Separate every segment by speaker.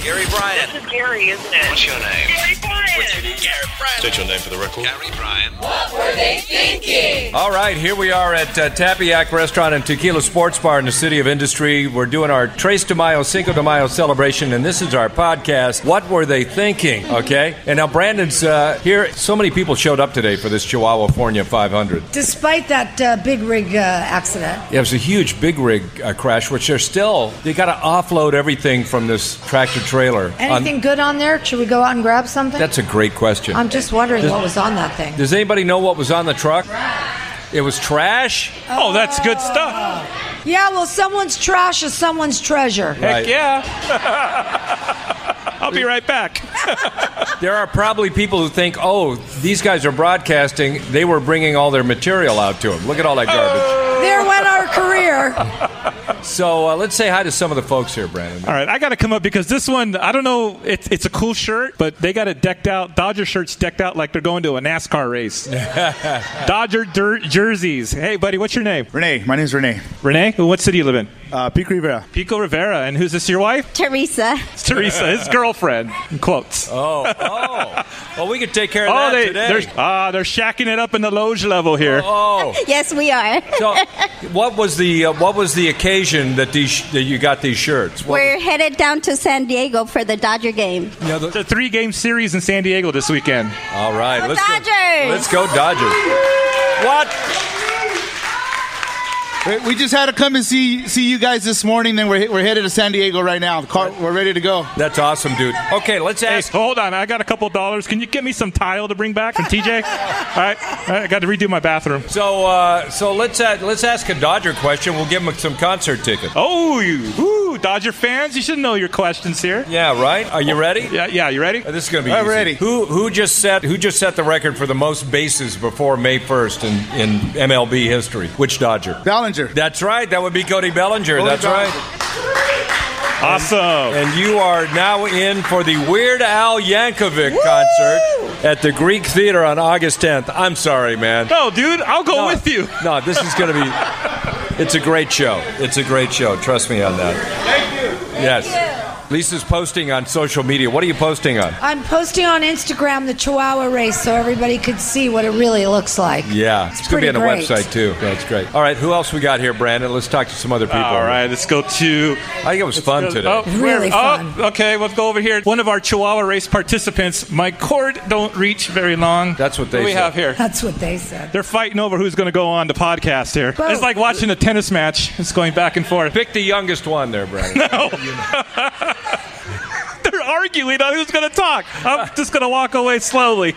Speaker 1: Gary Bryan.
Speaker 2: This is Gary, isn't it?
Speaker 1: What's your name?
Speaker 2: Gary
Speaker 1: What's your
Speaker 2: Bryan.
Speaker 1: name? Gary Bryan.
Speaker 3: State your name for the record.
Speaker 1: Gary Bryan.
Speaker 4: All right, here we are at uh, Tapiac Restaurant and Tequila Sports Bar in the City of Industry. We're doing our Trace de Mayo Cinco de Mayo celebration, and this is our podcast. What were they thinking? Okay, and now Brandon's uh, here. So many people showed up today for this Chihuahua Fornia 500.
Speaker 5: Despite that uh, big rig uh, accident,
Speaker 4: Yeah, it was a huge big rig uh, crash, which they're still they got to offload everything from this tractor trailer. On-
Speaker 5: anything good on there? Should we go out and grab something?
Speaker 4: that's a great question.
Speaker 5: I'm just wondering
Speaker 4: Does-
Speaker 5: what was on that thing.
Speaker 4: Does anybody know what was on the truck? It was trash.
Speaker 6: Oh, that's good stuff.
Speaker 5: yeah, well, someone's trash is someone's treasure.
Speaker 6: Heck
Speaker 4: Right.
Speaker 6: yeah. I'll be right back.
Speaker 4: There are probably people who think, oh, these guys are broadcasting. They were bringing all their material out to them. Look at all that garbage.
Speaker 5: There went our career.
Speaker 4: So uh, let's say hi to some of the folks here, Brandon.
Speaker 6: All right, I got to come up because this one, I don't know, it's, it's a cool shirt, but they got it decked out. Dodger shirts decked out like they're going to a NASCAR race. Dodger dir- jerseys. Hey, buddy, what's your name?
Speaker 7: Renee, my name's Renee.
Speaker 6: Renee? What city you live in?
Speaker 7: Uh, Pete Rivera.
Speaker 6: Pico Rivera. And who's this, your wife?
Speaker 8: Teresa.
Speaker 6: It's Teresa, his girlfriend. In quotes. Oh,
Speaker 4: Oh, oh. Well, we could take care of that
Speaker 6: they,
Speaker 4: today.
Speaker 6: they're, ah, they're shacking it up in the loge level here.
Speaker 4: Oh,
Speaker 8: Yes, we are.
Speaker 4: so what was the uh, what was the occasion that these that you got these shirts? What
Speaker 8: We're headed down to San Diego for the Dodger game.
Speaker 4: was- you know, the-
Speaker 6: It's a three game series in San Diego this weekend.
Speaker 4: all right,
Speaker 8: Go
Speaker 4: let's go.
Speaker 8: Dodgers!
Speaker 4: Let's go Dodgers. What?
Speaker 7: We- We just had to come and see see you guys this morning. Then we're he- we're headed to San Diego right now. The car, we're ready to go.
Speaker 4: That's awesome, dude. Okay, let's
Speaker 6: Hey,
Speaker 4: ask.
Speaker 6: hold on. I got a couple dollars. Can you get me some tile to bring back from TJ? All right. All right, I got to redo my bathroom.
Speaker 4: So, uh, so let's uh, let's ask a Dodger question. We'll give him some concert tickets.
Speaker 6: Oh, you ooh, Dodger fans, you should know your questions here.
Speaker 4: Yeah, right. Are you ready?
Speaker 6: Yeah, yeah, you ready?
Speaker 4: Uh, This is going to be
Speaker 7: I'm
Speaker 4: easy.
Speaker 7: ready.
Speaker 4: Who who just set who just set the record for the most bases before May first in, in MLB history? Which Dodger?
Speaker 7: Ballinger.
Speaker 4: That's right. That would be Cody Bellinger.
Speaker 7: Cody
Speaker 4: That's
Speaker 7: Bellinger.
Speaker 4: right.
Speaker 6: Awesome.
Speaker 4: And you are now in for the Weird Al Yankovic concert at the Greek Theater on August 10th. I'm sorry, man.
Speaker 6: No, dude, I'll go
Speaker 4: No,
Speaker 6: with you.
Speaker 4: No, this is going to be. It's a great show. It's a great show. Trust me on that. Thank you. Yes. Lisa's posting on social media. What are you posting on?
Speaker 5: I'm posting on Instagram the Chihuahua race so everybody could see what it really looks like.
Speaker 4: Yeah, it's,
Speaker 5: It's
Speaker 4: going to be on the
Speaker 5: pretty great.
Speaker 4: website too. That's great. All right, who else we got here, Brandon? Let's talk to some other people.
Speaker 6: All right, let's go to.
Speaker 4: I think it was fun today.
Speaker 6: Oh,
Speaker 5: Really
Speaker 6: oh,
Speaker 5: fun.
Speaker 6: okay, let's go over here. One of our Chihuahua race participants. My cord don't reach very long.
Speaker 4: That's what they
Speaker 6: do we
Speaker 4: said.
Speaker 6: have here.
Speaker 5: That's what they said.
Speaker 6: They're fighting over who's going to go on the podcast here.
Speaker 5: Both.
Speaker 6: It's like watching a tennis match. It's going back and forth.
Speaker 4: Pick the youngest one there, Brandon.
Speaker 6: They're arguing on who's going to talk. I'm just going to walk away slowly.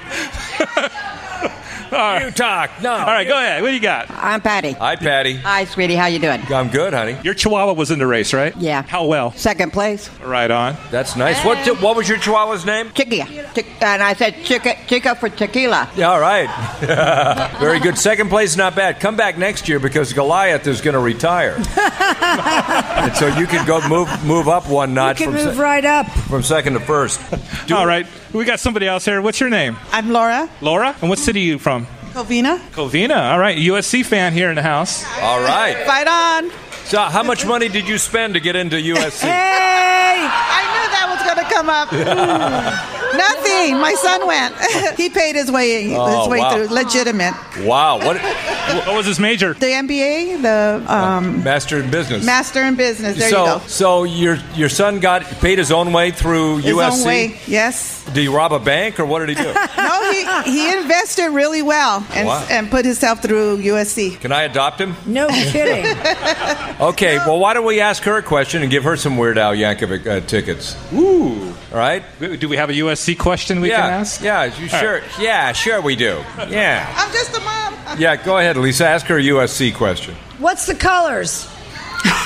Speaker 4: you talk. No.
Speaker 6: All right, go ahead. What do you got?
Speaker 9: I'm Patty.
Speaker 4: Hi, Patty.
Speaker 9: Hi, sweetie. How you doing?
Speaker 4: I'm good, honey.
Speaker 6: Your Chihuahua was in the race, right?
Speaker 9: Yeah.
Speaker 6: How well?
Speaker 9: Second place.
Speaker 6: Right on.
Speaker 4: That's nice. What what was your Chihuahua's name?
Speaker 9: Chica. Chick- and I said chica, chica for tequila.
Speaker 4: Yeah, All right. Very good. Second place, not bad. Come back next year because Goliath is going to retire, and so you can go move move up one
Speaker 5: You
Speaker 4: notch
Speaker 5: can
Speaker 4: from,
Speaker 5: move
Speaker 4: se-
Speaker 5: right up.
Speaker 4: from second to first. Do-
Speaker 6: All right. We got somebody else here. What's your name?
Speaker 10: I'm Laura
Speaker 6: Laura? And what city are you from?
Speaker 10: Covina.
Speaker 6: Covina. All right. USC fan here in the house.
Speaker 4: All right.
Speaker 10: Fight on.
Speaker 4: So, how much money did you spend to get into USC?
Speaker 5: Hey!
Speaker 10: I knew that was going to come up. Nothing. My son went. he paid his way
Speaker 4: Oh,
Speaker 10: his way
Speaker 4: wow.
Speaker 10: through. Legitimate.
Speaker 4: Wow. What?
Speaker 6: What was his major?
Speaker 10: The MBA, the um,
Speaker 4: Master in business.
Speaker 10: master in business. There
Speaker 4: so,
Speaker 10: you go.
Speaker 4: so your your son got paid his own way through
Speaker 10: His
Speaker 4: USC.
Speaker 10: own way. Yes.
Speaker 4: Did he rob a bank or what did he do?
Speaker 10: No, he, he invested really well and,
Speaker 4: Wow.
Speaker 10: and put himself through USC.
Speaker 4: Can I adopt him?
Speaker 5: No kidding.
Speaker 4: Okay. Well, why don't we ask her a question and give her some Weird Al Yankovic uh, tickets?
Speaker 6: Ooh.
Speaker 4: All right.
Speaker 6: Do we have a USC question we
Speaker 4: yeah.
Speaker 6: can ask?
Speaker 4: Yeah. You
Speaker 6: All
Speaker 4: sure? Yeah. Sure. We do. Yeah.
Speaker 10: I'm just a mom.
Speaker 4: Yeah. Go ahead, Lisa. Ask her a USC question.
Speaker 5: What's the colors?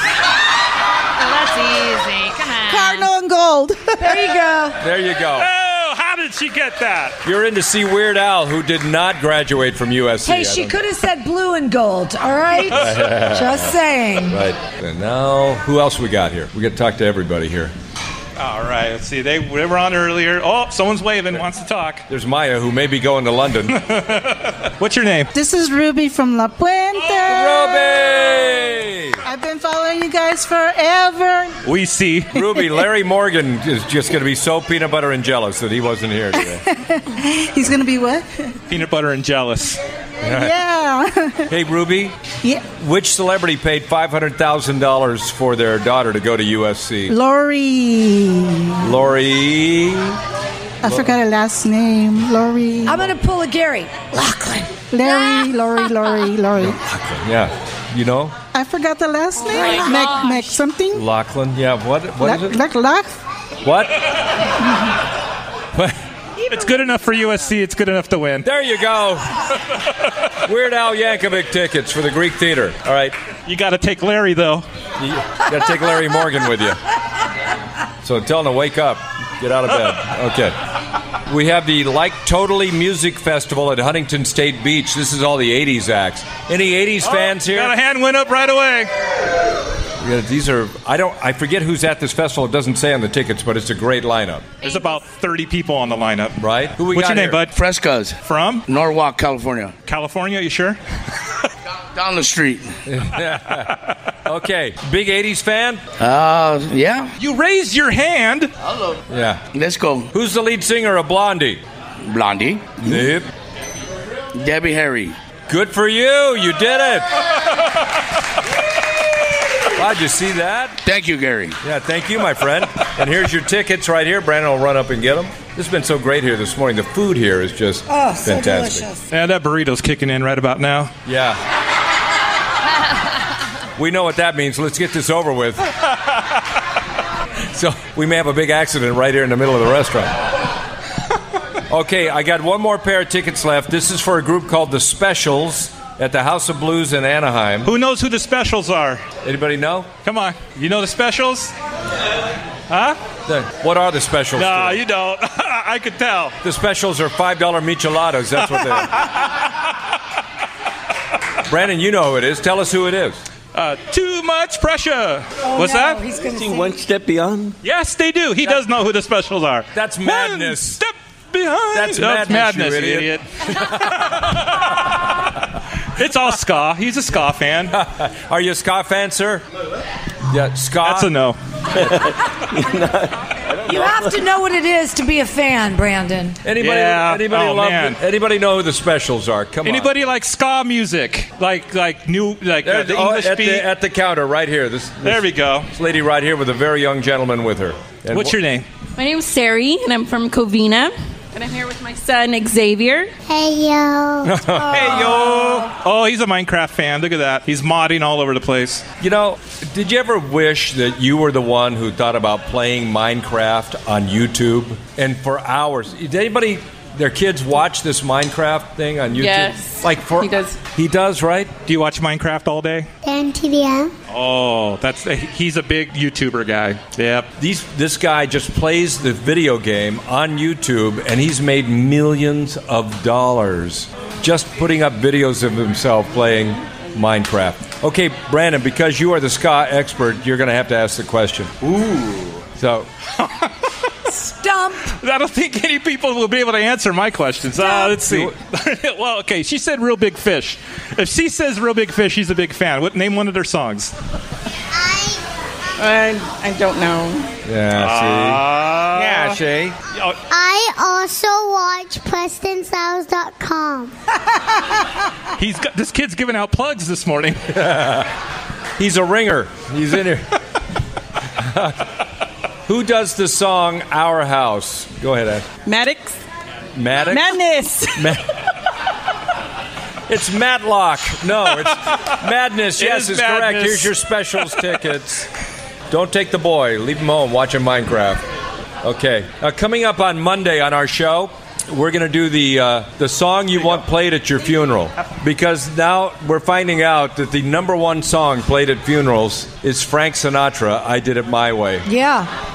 Speaker 2: Oh, that's easy. Come on.
Speaker 10: Cardinal and gold.
Speaker 5: There you go.
Speaker 4: There you go.
Speaker 6: Oh, how did she get that?
Speaker 4: You're in to see Weird Al, who did not graduate from USC. I
Speaker 5: Hey, she
Speaker 4: don't-
Speaker 5: could have said blue and gold, all right? Just saying.
Speaker 4: Right. And now, who else we got here? We got to talk to everybody here.
Speaker 6: All right. Let's see. They, they were on earlier. Oh, someone's waving, wants to talk.
Speaker 4: There's Maya, who may be going to London.
Speaker 6: What's your name?
Speaker 10: This is Ruby from La Puente.
Speaker 4: Roby!
Speaker 10: I I've been following you guys forever.
Speaker 6: We see.
Speaker 4: Ruby, Larry Morgan is just going to be so peanut butter and jealous that he wasn't here today.
Speaker 10: He's gonna be what?
Speaker 6: Peanut butter and jealous.
Speaker 10: Yeah.
Speaker 4: hey, Ruby,
Speaker 10: yeah.
Speaker 4: which celebrity paid $500,000 for their daughter to go to USC?
Speaker 10: Lori.
Speaker 4: Lori.
Speaker 10: I forgot her last name. Lori.
Speaker 5: I'm gonna pull a Gary. Lachlan.
Speaker 10: Larry, Lori, Lori, Lori.
Speaker 4: Yeah. You know?
Speaker 10: I forgot the last name.
Speaker 2: Oh
Speaker 10: Mac, Mac something?
Speaker 4: Lachlan. Yeah. What, what is
Speaker 10: Like,
Speaker 4: it?
Speaker 10: like, like.
Speaker 4: What?
Speaker 6: It's good enough for USC. It's good enough to win.
Speaker 4: There you go. Weird Al Yankovic tickets for the Greek Theater. All right.
Speaker 6: You got to take Larry though.
Speaker 4: You got to take Larry Morgan with you. So tell him to wake up. Get out of bed. Okay. We have the Like Totally Music Festival at Huntington State Beach. This is all the 80s acts. Any
Speaker 6: Oh,
Speaker 4: 80s fans here?
Speaker 6: Got a hand went up right away.
Speaker 4: Yeah, these are I don't I forget who's at this festival. It doesn't say on the tickets, but it's a great lineup,
Speaker 6: There's about 30 people on the lineup.
Speaker 4: right? Who we
Speaker 6: What's
Speaker 4: got
Speaker 6: your name,
Speaker 4: here?
Speaker 6: bud?
Speaker 1: Frescos,
Speaker 6: From
Speaker 1: Norwalk, California.
Speaker 6: California? You sure?
Speaker 1: Down the street.
Speaker 4: Okay. Big 80s fan?
Speaker 1: Uh, yeah.
Speaker 6: You raised your hand.
Speaker 4: Yeah.
Speaker 1: Let's go.
Speaker 4: Who's the lead singer of Blondie?
Speaker 1: Blondie,
Speaker 4: Yep.
Speaker 1: Debbie Harry.
Speaker 4: Good for you. You did it. Glad you see that.
Speaker 1: Thank you, Gary.
Speaker 4: Yeah, thank you, my friend. And here's your tickets right here. Brandon will run up and get them. This has been so great here this morning. The food here is just
Speaker 5: Oh, so
Speaker 4: fantastic.
Speaker 5: delicious.
Speaker 6: Yeah, that burrito's kicking in right about now.
Speaker 4: Yeah. we know what that means. Let's get this over with. so we may have a big accident right here in the middle of the restaurant. Okay, I got one more pair of tickets left. This is for a group called The Specials at the House of Blues in Anaheim.
Speaker 6: Who knows who the specials are?
Speaker 4: Anybody know?
Speaker 6: Come on. You know the specials?
Speaker 4: The- What are the specials?
Speaker 6: Nah,
Speaker 4: Stuart?
Speaker 6: Uh, you don't. I could tell.
Speaker 4: The specials are five dollar micheladas. That's what they are. Brandon, you know who it is. Tell us who it is.
Speaker 6: Uh, too much pressure.
Speaker 5: Oh,
Speaker 6: What's
Speaker 5: no,
Speaker 6: that?
Speaker 5: He's gonna
Speaker 3: Sing
Speaker 5: sing.
Speaker 3: one step beyond.
Speaker 6: Yes, they do. He does know who the specials are.
Speaker 4: That's
Speaker 6: One
Speaker 4: madness.
Speaker 6: step behind.
Speaker 4: That's
Speaker 6: No, it's
Speaker 4: madness, you
Speaker 6: madness, you
Speaker 4: idiot.
Speaker 6: idiot. it's all ska. He's a ska fan.
Speaker 4: Are you a ska fan, sir? Yeah, ska.
Speaker 6: That's a no.
Speaker 5: You have to know what it is to be a fan, Brandon.
Speaker 4: Anybody?
Speaker 6: Yeah.
Speaker 4: Anybody
Speaker 6: Oh,
Speaker 4: love?
Speaker 6: man.
Speaker 4: Anybody know who the specials are? Come on.
Speaker 6: Anybody like ska music? Like like new like uh,
Speaker 4: There-
Speaker 6: the
Speaker 4: oh,
Speaker 6: English
Speaker 4: at,
Speaker 6: beat.
Speaker 4: the, at the counter, right here. This, this
Speaker 6: there we go.
Speaker 4: this lady right here with a very young gentleman with her. And
Speaker 6: What's
Speaker 4: wh-
Speaker 6: your name?
Speaker 11: My name's Sari, and I'm from Covina. And I'm here with my son Xavier.
Speaker 12: Hey yo.
Speaker 6: Hey yo! Oh, he's a Minecraft fan. Look at that. He's modding all over the place.
Speaker 4: You know, did you ever wish that you were the one who thought about playing Minecraft on YouTube and for hours? Did anybody, their kids, watch this Minecraft thing on YouTube?
Speaker 11: Yes.
Speaker 4: Like for
Speaker 11: He does.
Speaker 4: He does, right?
Speaker 6: Do you watch Minecraft all day?
Speaker 12: Down to the end.
Speaker 6: Oh, that's he's a big YouTuber guy. Yep.
Speaker 4: These, this guy just plays the video game on YouTube, and he's made millions of dollars just putting up videos of himself playing Minecraft. Okay, Brandon, because you are the ska expert, you're going to have to ask the question. Ooh. So,
Speaker 5: Stump.
Speaker 6: I don't think any people will be able to answer my questions. Uh, let's see. well, okay, she said Real Big Fish. If she says Real Big Fish, she's a big fan. What name one of their songs?
Speaker 9: I, I don't know.
Speaker 4: yeah,
Speaker 6: yeah,
Speaker 4: see. Yeah, see.
Speaker 12: I also watch PrestonStyles.com.
Speaker 6: He's got this kid's giving out plugs this morning.
Speaker 4: He's a ringer. He's in here. Who does the song Our House? Go ahead, Ash.
Speaker 9: Maddox?
Speaker 4: Maddox?
Speaker 9: Madness!
Speaker 4: it's Matlock. No, it's Madness.
Speaker 6: It
Speaker 4: yes,
Speaker 6: is
Speaker 4: it's correct.
Speaker 6: madness.
Speaker 4: Here's your specials tickets. Don't take the boy. Leave him home watching Minecraft. Okay. Uh, coming up on Monday on our show, we're going to do the uh, the song you want played at your funeral because now we're finding out that the number one song played at funerals is Frank Sinatra. I did it my way.
Speaker 5: Yeah.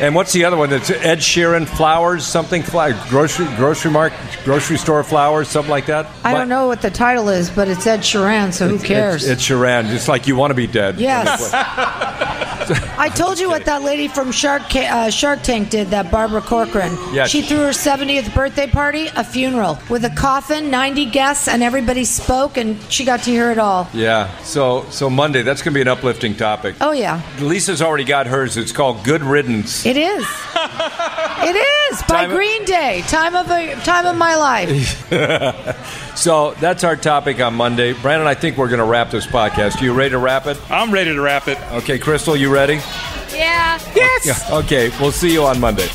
Speaker 4: And what's the other one? That's Ed Sheeran flowers, something flower, grocery grocery mark grocery store flowers, something like that.
Speaker 5: I don't know what the title is, but it's Ed Sheeran, so who cares?
Speaker 4: It's, it's Sheeran. It's like you want to be dead.
Speaker 5: yes. I told you what that lady from Shark Ca- uh, Shark Tank did. That Barbara Corcoran.
Speaker 4: Yeah.
Speaker 5: She threw her 70th birthday party, a funeral with a coffin, 90 guests, and everybody spoke, and she got to hear it all.
Speaker 4: Yeah. So so Monday, that's going to be an uplifting topic.
Speaker 5: Oh yeah,
Speaker 4: Lisa's already got hers. It's called Good Riddance.
Speaker 5: it is. it is by
Speaker 4: Time-
Speaker 5: Green Day. Time of a time of my life.
Speaker 4: so that's our topic on Monday. Brandon, I think we're going to wrap this podcast. You ready to wrap it?
Speaker 6: I'm ready to wrap it.
Speaker 4: Okay, Crystal, you ready?
Speaker 2: Yeah.
Speaker 4: Yeah. Okay, we'll see you on Monday.